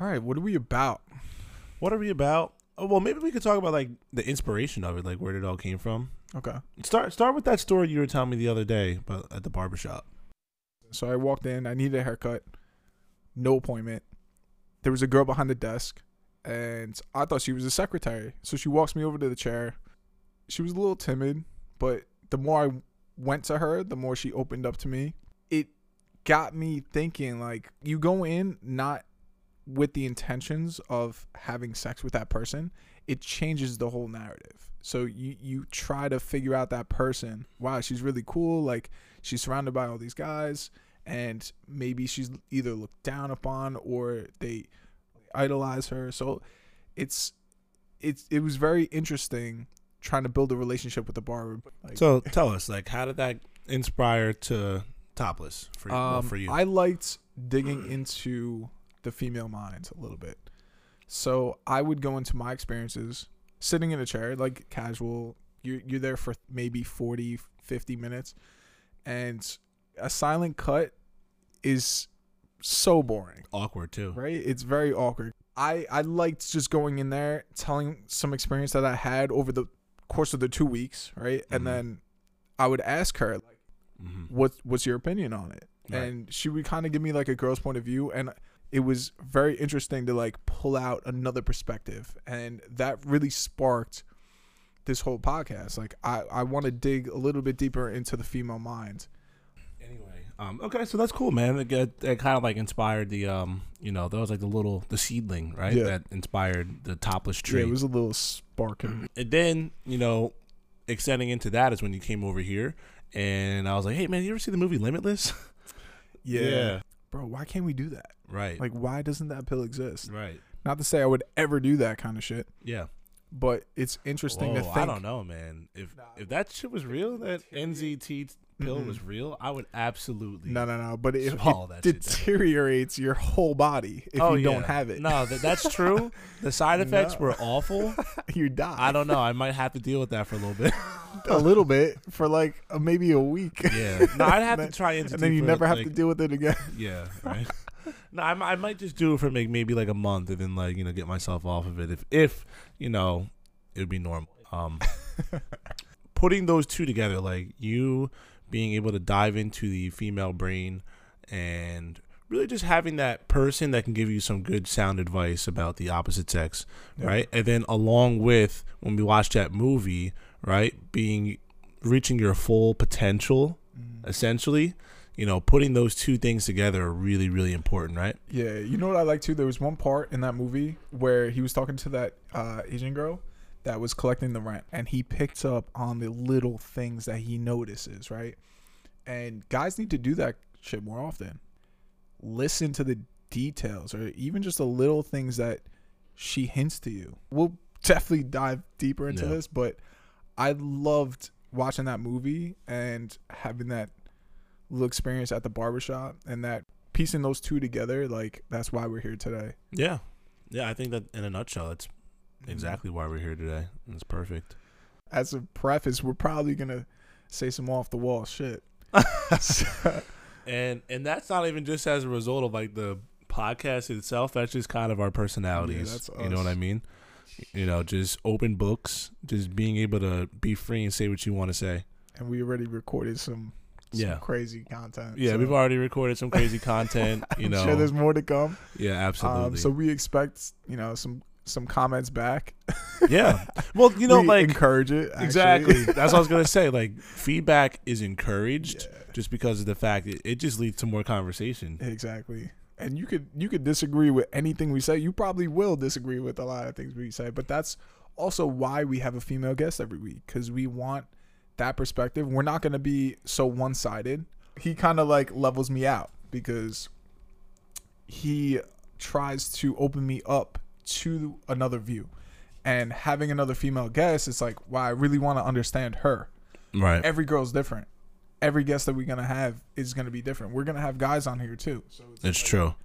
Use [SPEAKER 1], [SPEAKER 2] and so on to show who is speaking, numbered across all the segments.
[SPEAKER 1] All right, what are we about?
[SPEAKER 2] What are we about? Oh, well, maybe we could talk about like the inspiration of it, like where it all came from.
[SPEAKER 1] Okay.
[SPEAKER 2] Start start with that story you were telling me the other day, but at the barbershop.
[SPEAKER 1] So I walked in, I needed a haircut, no appointment. There was a girl behind the desk, and I thought she was a secretary. So she walks me over to the chair. She was a little timid, but the more I went to her, the more she opened up to me. It got me thinking like, you go in not with the intentions of having sex with that person, it changes the whole narrative. So you you try to figure out that person. Wow, she's really cool. Like she's surrounded by all these guys, and maybe she's either looked down upon or they idolize her. So it's it's it was very interesting trying to build a relationship with the barber. Like,
[SPEAKER 2] So tell us, like, how did that inspire to topless for you? well,
[SPEAKER 1] Um,
[SPEAKER 2] for you?
[SPEAKER 1] I liked digging into the female minds a little bit. So I would go into my experiences sitting in a chair, like casual. You're, you're there for maybe 40, 50 minutes. And a silent cut is so boring,
[SPEAKER 2] Awkward too.
[SPEAKER 1] right? It's very awkward. I, I liked just going in there, telling some experience that I had over the course of the two weeks, right?
[SPEAKER 2] Mhm.
[SPEAKER 1] And then I would ask her, like,
[SPEAKER 2] Mm-hmm.
[SPEAKER 1] what what's your opinion on it
[SPEAKER 2] Right.
[SPEAKER 1] and she would kind of give me like a girl's point of view and it was very interesting to like pull out another perspective and that really sparked this whole podcast like i i want to dig a little bit deeper into the female mind
[SPEAKER 2] Anyway, um, okay, so that's cool, man. It, got- it kind of like inspired the, um, you know, that was like the little the seedling, right?
[SPEAKER 1] Yeah.
[SPEAKER 2] That inspired the topless
[SPEAKER 1] yeah,
[SPEAKER 2] tree.
[SPEAKER 1] it was a little spark in-
[SPEAKER 2] and then you know, extending into that is when you came over here, and I was like, hey, man, you ever see the movie Limitless?
[SPEAKER 1] yeah. bro why can't we do that
[SPEAKER 2] Right.
[SPEAKER 1] like why doesn't that pill exist
[SPEAKER 2] right.
[SPEAKER 1] not to say i would ever do that kind of shit
[SPEAKER 2] Yeah.
[SPEAKER 1] but it's interesting to
[SPEAKER 2] Whoa,
[SPEAKER 1] think
[SPEAKER 2] I don't know, man. If if that shit was real, that NZT pill was
[SPEAKER 1] Mm-hmm.
[SPEAKER 2] real, I would absolutely.
[SPEAKER 1] no no no but it,
[SPEAKER 2] Swallow
[SPEAKER 1] it
[SPEAKER 2] that shit down.
[SPEAKER 1] deteriorates your whole body if
[SPEAKER 2] Oh,
[SPEAKER 1] you don't
[SPEAKER 2] yeah.
[SPEAKER 1] have it
[SPEAKER 2] No, that, that's true. The side effects were awful.
[SPEAKER 1] you die
[SPEAKER 2] I don't know. I might have to deal with that for a little bit.
[SPEAKER 1] a little bit for like uh, maybe a week.
[SPEAKER 2] Yeah. No, I'd have to try NZT
[SPEAKER 1] and then you
[SPEAKER 2] for,
[SPEAKER 1] never have to
[SPEAKER 2] like-
[SPEAKER 1] deal with it again.
[SPEAKER 2] Yeah, right. no, I, mi- I might just do it for like maybe like a month, and then like you know get myself off of it if if you know it would be normal. Um, putting those two together, like you being able to dive into the female brain and really just having that person that can give you some good sound advice about the opposite sex, right? And then along with when we watch that movie, right, being reaching your full potential, Mm. essentially, you know, putting those two things together are really, really important, right?
[SPEAKER 1] Yeah, you know what I like too? There was one part in that movie where he was talking to that uh, Asian girl that was collecting the rent, and he picked up on the little things that he notices, right? And guys need to do that shit more often. Listen to the details, or even just the little things that she hints to you. We'll definitely dive deeper into
[SPEAKER 2] Yeah.
[SPEAKER 1] this, but I loved watching that movie and having that little experience at the barbershop and that piecing those two together, like that's why we're here today.
[SPEAKER 2] Yeah. Yeah, I think that in a nutshell, that's exactly why we're here today. It's perfect.
[SPEAKER 1] As a preface, we're probably gonna say some off the wall shit. So-
[SPEAKER 2] And and that's not even just as a result of like the podcast itself. That's just kind of our personalities.
[SPEAKER 1] that's
[SPEAKER 2] you know what
[SPEAKER 1] us.
[SPEAKER 2] I mean? You know, just open books, just being able to be free and say what you want to say.
[SPEAKER 1] and we already recorded some, some
[SPEAKER 2] Yeah.
[SPEAKER 1] crazy content.
[SPEAKER 2] Yeah,
[SPEAKER 1] so
[SPEAKER 2] we've already recorded some crazy content. You
[SPEAKER 1] I'm
[SPEAKER 2] know,
[SPEAKER 1] sure there's more to come.
[SPEAKER 2] yeah, absolutely.
[SPEAKER 1] Um, so we expect you know some some comments back.
[SPEAKER 2] yeah, well, you know,
[SPEAKER 1] We
[SPEAKER 2] like
[SPEAKER 1] encourage it actually.
[SPEAKER 2] Exactly. That's what I was gonna say. Like feedback is encouraged
[SPEAKER 1] Yeah,
[SPEAKER 2] just because of the fact it, it just leads to more conversation.
[SPEAKER 1] exactly. And you could you could disagree with anything we say. You probably will disagree with a lot of things we say, but that's also why we have a female guest every week because we want that perspective. We're not going to be so one sided. He kind of like levels me out because he tries to open me up to another view. And having another female guest, it's like, wow, I really want to understand her.
[SPEAKER 2] Right.
[SPEAKER 1] Every girl's different. Every guest that we're going to have is going to be different. We're going to have guys on here too. So
[SPEAKER 2] It's true.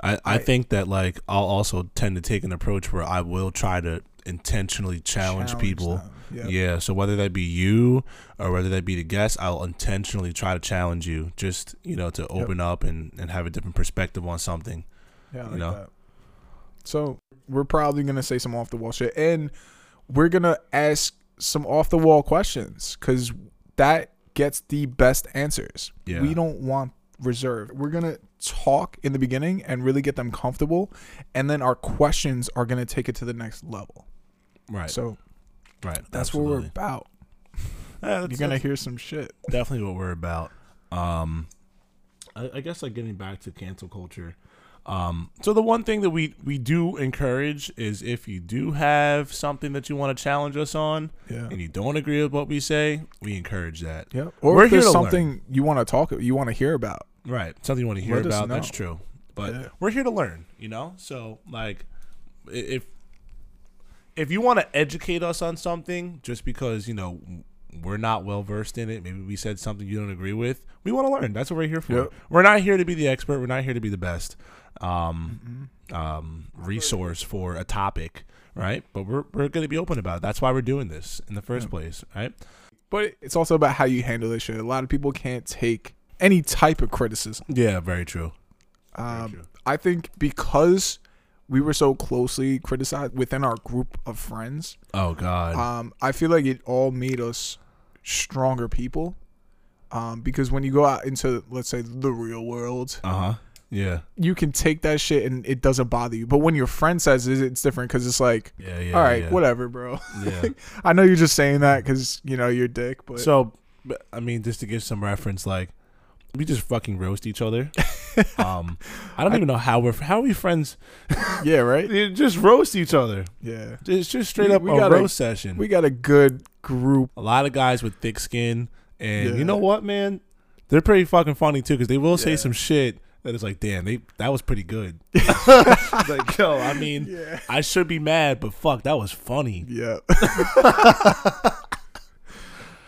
[SPEAKER 2] I, I
[SPEAKER 1] I-
[SPEAKER 2] think that like I'll also tend to take an approach where I will try to intentionally challenge, people.
[SPEAKER 1] them. Yeah.
[SPEAKER 2] Yeah. So whether that be you or whether that be the guest, I'll intentionally try to challenge you just, you know, to open up and, and have a different perspective on something.
[SPEAKER 1] Yeah, I
[SPEAKER 2] you
[SPEAKER 1] like
[SPEAKER 2] know.
[SPEAKER 1] that. So we're probably gonna say some off the wall shit, and we're gonna ask some off the wall questions because that gets the best answers.
[SPEAKER 2] Yeah.
[SPEAKER 1] We don't want reserve. We're gonna talk in the beginning and really get them comfortable, and then our questions are gonna take it to the next level.
[SPEAKER 2] Right.
[SPEAKER 1] So
[SPEAKER 2] right.
[SPEAKER 1] that's what we're
[SPEAKER 2] absolutely.
[SPEAKER 1] about.
[SPEAKER 2] Yeah, that's-
[SPEAKER 1] You're gonna hear some shit.
[SPEAKER 2] definitely what we're about. Um, I, I guess like getting back to cancel culture. Um, so the one thing that we we do encourage is if you do have something that you want to challenge us on
[SPEAKER 1] Yeah.
[SPEAKER 2] and you don't agree with what we say, we encourage that.
[SPEAKER 1] Yeah. Or
[SPEAKER 2] We're
[SPEAKER 1] if
[SPEAKER 2] here
[SPEAKER 1] there's
[SPEAKER 2] to
[SPEAKER 1] something you want to talk, you want to hear about.
[SPEAKER 2] Right. Something you want to hear
[SPEAKER 1] Let us
[SPEAKER 2] about. That's
[SPEAKER 1] know.
[SPEAKER 2] true. But
[SPEAKER 1] Yeah.
[SPEAKER 2] we're here to learn, you know? So like i- if if you want to educate us on something just because, you know, we're not well versed in it, maybe we said something you don't agree with, we want to learn. That's what we're here for.
[SPEAKER 1] Yep.
[SPEAKER 2] We're not here to be the expert, we're not here to be the best um
[SPEAKER 1] Mm-hmm.
[SPEAKER 2] um resource for a topic, right? But we're we're going to be open about it. That's why we're doing this in the first place, right?
[SPEAKER 1] But it's also about how you handle this shit. A lot of people can't take any type of criticism.
[SPEAKER 2] Yeah, very true.
[SPEAKER 1] Um, I think because we were so closely criticized within our group of friends,
[SPEAKER 2] Oh god.
[SPEAKER 1] um, I feel like it all made us stronger people. Um, because when you go out into, let's say, the real world,
[SPEAKER 2] Uh-huh. Yeah.
[SPEAKER 1] you can take that shit and it doesn't bother you. But when your friend says it, it's different because it's like,
[SPEAKER 2] Yeah, yeah.
[SPEAKER 1] all right,
[SPEAKER 2] yeah.
[SPEAKER 1] whatever, bro.
[SPEAKER 2] Yeah.
[SPEAKER 1] I know you're just saying that because you know you're a dick, but
[SPEAKER 2] So, but, I mean, just to give some reference, like we just fucking roast each other. um, I don't even know how we're how are we friends.
[SPEAKER 1] yeah, right?
[SPEAKER 2] You just roast each other.
[SPEAKER 1] Yeah,
[SPEAKER 2] It's just straight
[SPEAKER 1] We-
[SPEAKER 2] up
[SPEAKER 1] we
[SPEAKER 2] a
[SPEAKER 1] gotta-
[SPEAKER 2] roast session.
[SPEAKER 1] we got a good group.
[SPEAKER 2] a lot of guys with thick skin, and
[SPEAKER 1] Yeah.
[SPEAKER 2] you know what, man, they're pretty fucking funny too because they will say
[SPEAKER 1] Yeah.
[SPEAKER 2] some shit that is like, damn, they that was pretty good. like, yo, I mean,
[SPEAKER 1] Yeah,
[SPEAKER 2] I should be mad, but fuck, that was funny.
[SPEAKER 1] yeah,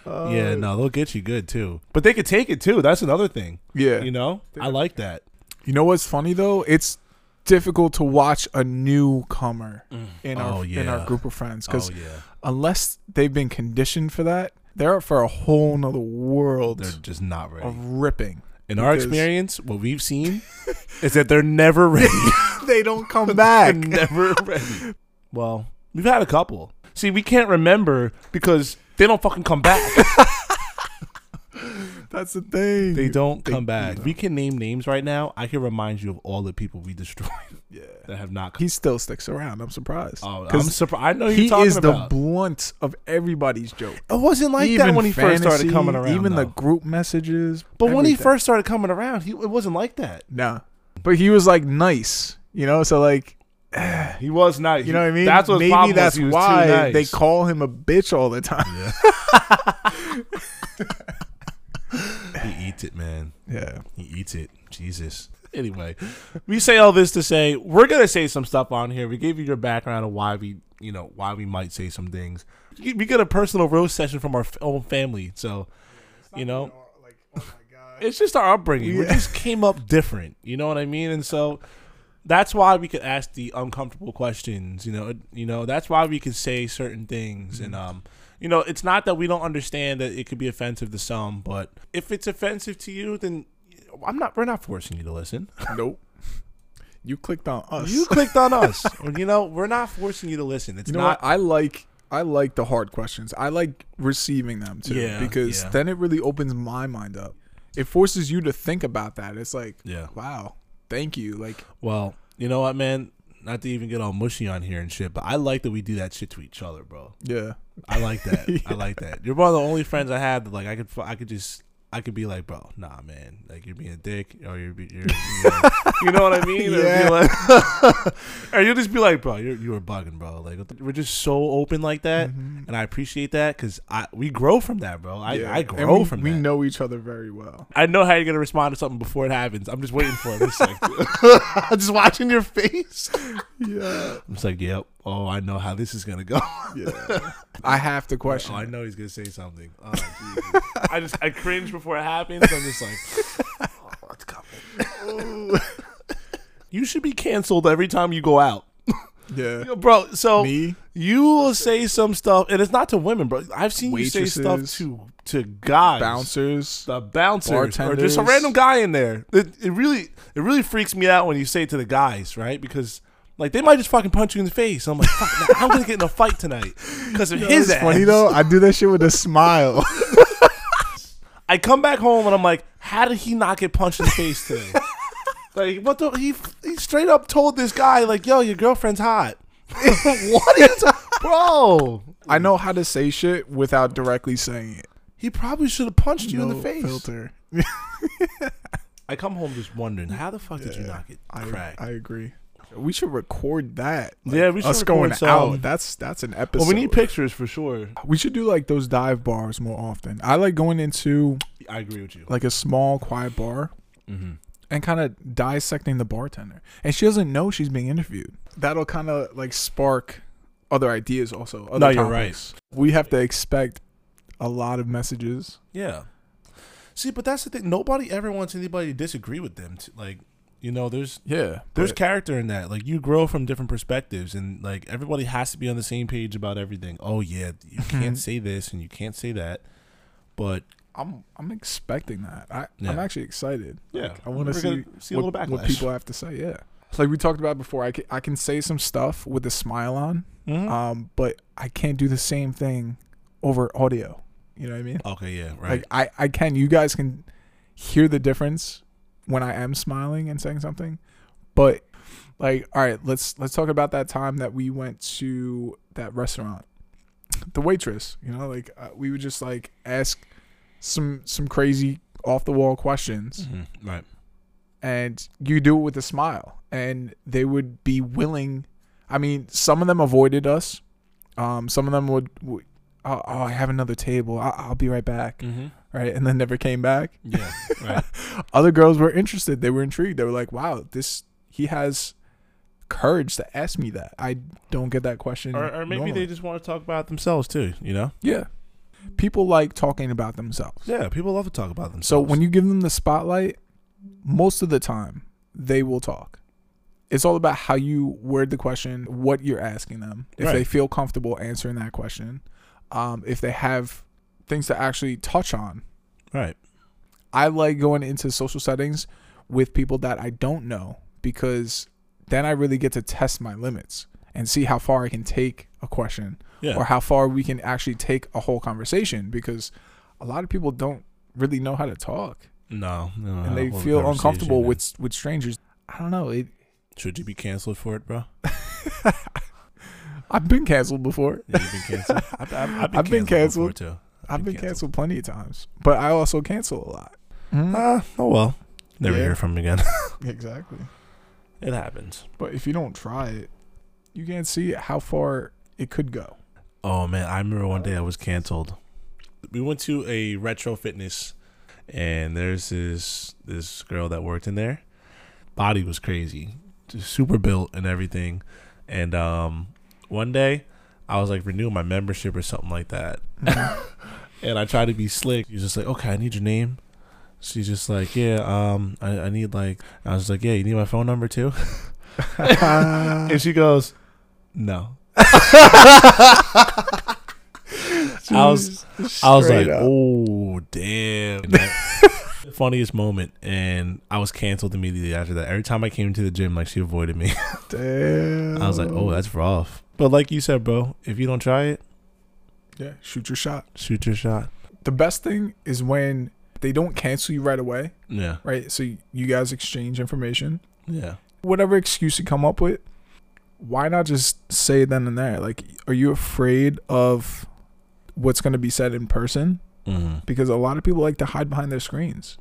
[SPEAKER 1] Uh,
[SPEAKER 2] yeah, no, they'll get you good too, but they could take it too. That's another thing.
[SPEAKER 1] yeah.
[SPEAKER 2] You
[SPEAKER 1] You know,
[SPEAKER 2] know, I like that.
[SPEAKER 1] what's funny though? It's difficult to watch a newcomer in our
[SPEAKER 2] Oh,
[SPEAKER 1] in
[SPEAKER 2] yeah.
[SPEAKER 1] our group of friends because
[SPEAKER 2] oh yeah.
[SPEAKER 1] unless they've been conditioned for that, they're up for a whole nother world
[SPEAKER 2] they're just not ready.
[SPEAKER 1] of ripping.
[SPEAKER 2] In our
[SPEAKER 1] because-
[SPEAKER 2] experience, what we've seen is that they're never ready.
[SPEAKER 1] they don't come
[SPEAKER 2] they're
[SPEAKER 1] back.
[SPEAKER 2] never ready. Well, we've had a couple. See, we can't remember because they don't fucking come back.
[SPEAKER 1] That's the thing.
[SPEAKER 2] they don't
[SPEAKER 1] They-
[SPEAKER 2] come back.
[SPEAKER 1] no.
[SPEAKER 2] We can name names right now. I can remind you of all the people we destroyed
[SPEAKER 1] Yeah.
[SPEAKER 2] that have not come.
[SPEAKER 1] He still sticks around. I'm surprised.
[SPEAKER 2] Oh, I'm
[SPEAKER 1] 'Cause
[SPEAKER 2] surprised. I know who you're
[SPEAKER 1] he
[SPEAKER 2] talking
[SPEAKER 1] is
[SPEAKER 2] about.
[SPEAKER 1] the blunt of everybody's joke.
[SPEAKER 2] it wasn't like that when he first started
[SPEAKER 1] fantasy,
[SPEAKER 2] coming around.
[SPEAKER 1] Even the
[SPEAKER 2] though.
[SPEAKER 1] group messages.
[SPEAKER 2] but when he
[SPEAKER 1] everything.
[SPEAKER 2] first started coming around, he it wasn't like that.
[SPEAKER 1] nah, but he was like nice, you know. So like,
[SPEAKER 2] He was nice.
[SPEAKER 1] you know what I mean?
[SPEAKER 2] That's what
[SPEAKER 1] maybe that's why they call him a bitch all the time.
[SPEAKER 2] He eats it, man.
[SPEAKER 1] Yeah,
[SPEAKER 2] He eats it. Jesus. Anyway, we say all this to say we're gonna say some stuff on here. We gave you your background of why we, you know, why we might say some things. We we get a personal roast session from our f- own family, so you know,
[SPEAKER 1] like oh my god.
[SPEAKER 2] it's just our upbringing. We
[SPEAKER 1] Yeah.
[SPEAKER 2] just came up different. You know what I mean? And so that's why we could ask the uncomfortable questions. You know, It- you know that's why we could say certain things. And um, you know, it's not that we don't understand that it could be offensive to some, but if it's offensive to you, then I'm not. We're not forcing you to listen.
[SPEAKER 1] nope. You clicked on us.
[SPEAKER 2] You clicked on us. you know, we're not forcing you to listen. It's
[SPEAKER 1] You know
[SPEAKER 2] not.
[SPEAKER 1] what? I like I like the hard questions. I like receiving them too
[SPEAKER 2] Yeah,
[SPEAKER 1] because
[SPEAKER 2] yeah.
[SPEAKER 1] then it really opens my mind up. It forces you to think about that. It's like,
[SPEAKER 2] Yeah.
[SPEAKER 1] wow, thank you. Like,
[SPEAKER 2] Well, you know what, man. Not to even get all mushy on here and shit, but I like that we do that shit to each other, bro.
[SPEAKER 1] yeah,
[SPEAKER 2] I like that. I like that. You're one of the only friends I have that like I could fu- I could just I could be like, bro, nah, man, like you're being a dick, or you're, be- you're, you know, you know what I mean?
[SPEAKER 1] Yeah.
[SPEAKER 2] Or, be like- or you'll just be like, bro, you're you were bugging, bro. Like we're just so open like that, and I appreciate that because I we grow from that, bro. I,
[SPEAKER 1] yeah.
[SPEAKER 2] I
[SPEAKER 1] And
[SPEAKER 2] grow
[SPEAKER 1] we,
[SPEAKER 2] from
[SPEAKER 1] We
[SPEAKER 2] that.
[SPEAKER 1] know each other very well.
[SPEAKER 2] I know how you're gonna respond to something before it happens. I'm just waiting for it. I'm just, like, I'm just watching your face.
[SPEAKER 1] Yeah.
[SPEAKER 2] I'm just like, yep. Oh, I know how this is gonna go.
[SPEAKER 1] Yeah. I have to question.
[SPEAKER 2] Oh, I
[SPEAKER 1] it.
[SPEAKER 2] know he's gonna say something. Oh, Jesus. I just I cringe before it happens. I'm just like, oh, it's coming. you should be canceled every time you go out,
[SPEAKER 1] Yeah.
[SPEAKER 2] Yo, bro. So
[SPEAKER 1] Me?
[SPEAKER 2] you will say some stuff, and it's not to women, bro. I've seen you say
[SPEAKER 1] Waitresses.
[SPEAKER 2] stuff to to guys,
[SPEAKER 1] Bouncers.
[SPEAKER 2] the bouncers, or just a
[SPEAKER 1] Bartenders.
[SPEAKER 2] random guy in there. It, it really it really freaks me out when you say it to the guys, right? Because Like they might just fucking punch you in the face. I'm like, fuck, man, I'm gonna get in a fight tonight because of
[SPEAKER 1] You know
[SPEAKER 2] his
[SPEAKER 1] what's
[SPEAKER 2] ass.
[SPEAKER 1] funny though. I do that shit with a smile.
[SPEAKER 2] I come back home and I'm like, how did he not get punched in the face today? like, what the? He he straight up told this guy like, yo, your girlfriend's hot. what are you talking, bro?
[SPEAKER 1] I know how to say shit without directly saying it.
[SPEAKER 2] He probably should have punched you in the
[SPEAKER 1] No
[SPEAKER 2] face.
[SPEAKER 1] Filter.
[SPEAKER 2] I come home just wondering, how the fuck did you
[SPEAKER 1] Yeah,
[SPEAKER 2] not get
[SPEAKER 1] I,
[SPEAKER 2] cracked?
[SPEAKER 1] I agree. We should record that.
[SPEAKER 2] Yeah, we should
[SPEAKER 1] us
[SPEAKER 2] record
[SPEAKER 1] going
[SPEAKER 2] some.
[SPEAKER 1] out. That's that's an episode.
[SPEAKER 2] well, we need pictures for sure.
[SPEAKER 1] We should do like those dive bars more often. I like going into
[SPEAKER 2] I agree with you.
[SPEAKER 1] like a small quiet bar
[SPEAKER 2] Mm-hmm.
[SPEAKER 1] and kind of dissecting the bartender. And she doesn't know she's being interviewed. That'll kind of like spark other ideas also. Other
[SPEAKER 2] No, you're
[SPEAKER 1] topics. We have to expect a lot of messages.
[SPEAKER 2] Yeah. See, but that's the thing. Nobody ever wants anybody to disagree with them. T- like, you know, there's
[SPEAKER 1] Yeah.
[SPEAKER 2] there's character in that. Like, you grow from different perspectives, and like everybody has to be on the same page about everything. Oh yeah, you can't say this and you can't say that. But
[SPEAKER 1] I'm I'm expecting that. I,
[SPEAKER 2] Yeah.
[SPEAKER 1] I'm actually excited.
[SPEAKER 2] yeah,
[SPEAKER 1] I wanna
[SPEAKER 2] we're gonna see a
[SPEAKER 1] what,
[SPEAKER 2] little backlash.
[SPEAKER 1] what people have to say. Yeah, it's like we talked about before. I can, I can say some stuff with a smile on,
[SPEAKER 2] Mhm.
[SPEAKER 1] um, but I can't do the same thing over audio. You know what I mean?
[SPEAKER 2] okay, yeah, right.
[SPEAKER 1] Like I I can. You guys can hear the difference when I am smiling and saying something, but like all right, let's let's talk about that time that we went to that restaurant. The waitress, you know, like uh, we would just like ask some some crazy off the wall questions
[SPEAKER 2] Mhm, Right.
[SPEAKER 1] and you do it with a smile and they would be willing i mean some of them avoided us um, some of them would, would oh, oh i have another table I, i'll be right back
[SPEAKER 2] Mm-hmm.
[SPEAKER 1] right and then never came back
[SPEAKER 2] Yeah. Right.
[SPEAKER 1] other girls were interested they were intrigued they were like wow this he has courage to ask me that i don't get that question
[SPEAKER 2] or, or maybe
[SPEAKER 1] normally.
[SPEAKER 2] they just want to talk about themselves too. You know.
[SPEAKER 1] yeah people like talking about themselves
[SPEAKER 2] Yeah, people love to talk about themselves.
[SPEAKER 1] So when you give them the spotlight, most of the time they will talk. It's all about how you word the question, what you're asking them, if
[SPEAKER 2] Right.
[SPEAKER 1] they feel comfortable answering that question, um, if they have things to actually touch on.
[SPEAKER 2] right.
[SPEAKER 1] I like going into social settings with people that I don't know because then I really get to test my limits and see how far I can take a question
[SPEAKER 2] Yeah.
[SPEAKER 1] or how far we can actually take a whole conversation because a lot of people don't really know how to talk
[SPEAKER 2] no. no
[SPEAKER 1] and they feel uncomfortable with with strangers. I don't know. It,
[SPEAKER 2] Should you be canceled for it, bro?
[SPEAKER 1] I've been canceled before.
[SPEAKER 2] Yeah, you've been canceled. I've, I've, I've been
[SPEAKER 1] I've been
[SPEAKER 2] canceled.
[SPEAKER 1] canceled.
[SPEAKER 2] before, too.
[SPEAKER 1] I've been canceled plenty of times, but I also cancel a lot. Uh,
[SPEAKER 2] Ah, oh well. Never
[SPEAKER 1] Yeah.
[SPEAKER 2] hear from him again.
[SPEAKER 1] Exactly.
[SPEAKER 2] it happens.
[SPEAKER 1] But if you don't try it, you can't see how far it could go.
[SPEAKER 2] Oh man, I remember one day I was canceled. We went to a retro fitness, and there's this this girl that worked in there. Body was crazy, just super built and everything. And um, one day, I was like renewing my membership or something like that, and I tried to be slick. She's just like, okay, I need your name. She's just like, yeah, um, I, I need like, I was like, yeah, you need my phone number too. and she goes, no. I was, I was like,
[SPEAKER 1] Straight up.
[SPEAKER 2] oh damn. And that- Funniest moment, and I was canceled immediately after that. Every time I came to the gym, like she avoided me.
[SPEAKER 1] Damn.
[SPEAKER 2] I was like, oh, that's rough. But like you said, bro, if you don't try it,
[SPEAKER 1] yeah, shoot your shot.
[SPEAKER 2] shoot your shot.
[SPEAKER 1] The best thing is when they don't cancel you right away,
[SPEAKER 2] Yeah,
[SPEAKER 1] right? So you guys exchange information.
[SPEAKER 2] yeah.
[SPEAKER 1] whatever excuse you come up with, why not just say it then and there? Like, are you afraid of what's going to be said in person?
[SPEAKER 2] hmm
[SPEAKER 1] Because a lot of people like to hide behind their screens,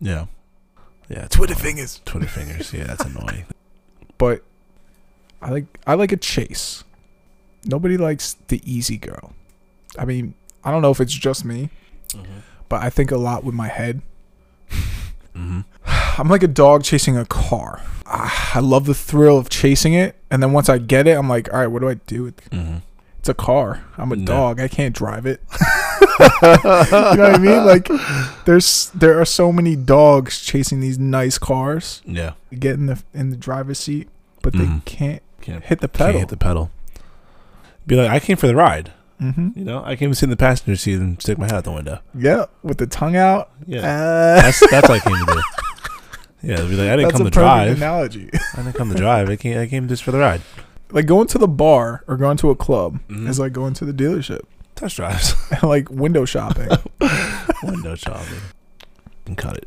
[SPEAKER 2] Yeah. Yeah. it's annoying.
[SPEAKER 1] fingers.
[SPEAKER 2] Twitter fingers. Yeah, that's annoying.
[SPEAKER 1] But I like I like a chase. Nobody likes the easy girl. I mean, I don't know if it's just me, but I think a lot with my head.
[SPEAKER 2] hmm
[SPEAKER 1] I'm like a dog chasing a car. Ah, I love the thrill of chasing it, and then once I get it, I'm like, all right, what do I do with
[SPEAKER 2] hmm
[SPEAKER 1] It's a car. I'm a
[SPEAKER 2] No.
[SPEAKER 1] dog. I can't drive it. you know what I mean? Like there's there are so many dogs chasing these nice cars,
[SPEAKER 2] Yeah.
[SPEAKER 1] get in the in the driver's seat, but they
[SPEAKER 2] Mhm.
[SPEAKER 1] can't
[SPEAKER 2] Can't,
[SPEAKER 1] hit the
[SPEAKER 2] can't
[SPEAKER 1] pedal.
[SPEAKER 2] hit the pedal. Be like, I came for the ride.
[SPEAKER 1] hmm
[SPEAKER 2] You know, I came to sit in the passenger seat and stick my head out the window.
[SPEAKER 1] Yeah, with the tongue out.
[SPEAKER 2] Yeah.
[SPEAKER 1] Uh,
[SPEAKER 2] That's that's what I came to do. Yeah, they'll be like, I didn't
[SPEAKER 1] That's
[SPEAKER 2] come
[SPEAKER 1] a perfect
[SPEAKER 2] to drive.
[SPEAKER 1] analogy.
[SPEAKER 2] I didn't come to drive. I came, I came just for the ride.
[SPEAKER 1] like going to the bar or going to a club
[SPEAKER 2] Mhm.
[SPEAKER 1] is like going to the dealership,
[SPEAKER 2] Test drives.
[SPEAKER 1] like window shopping.
[SPEAKER 2] Window shopping. And cut it.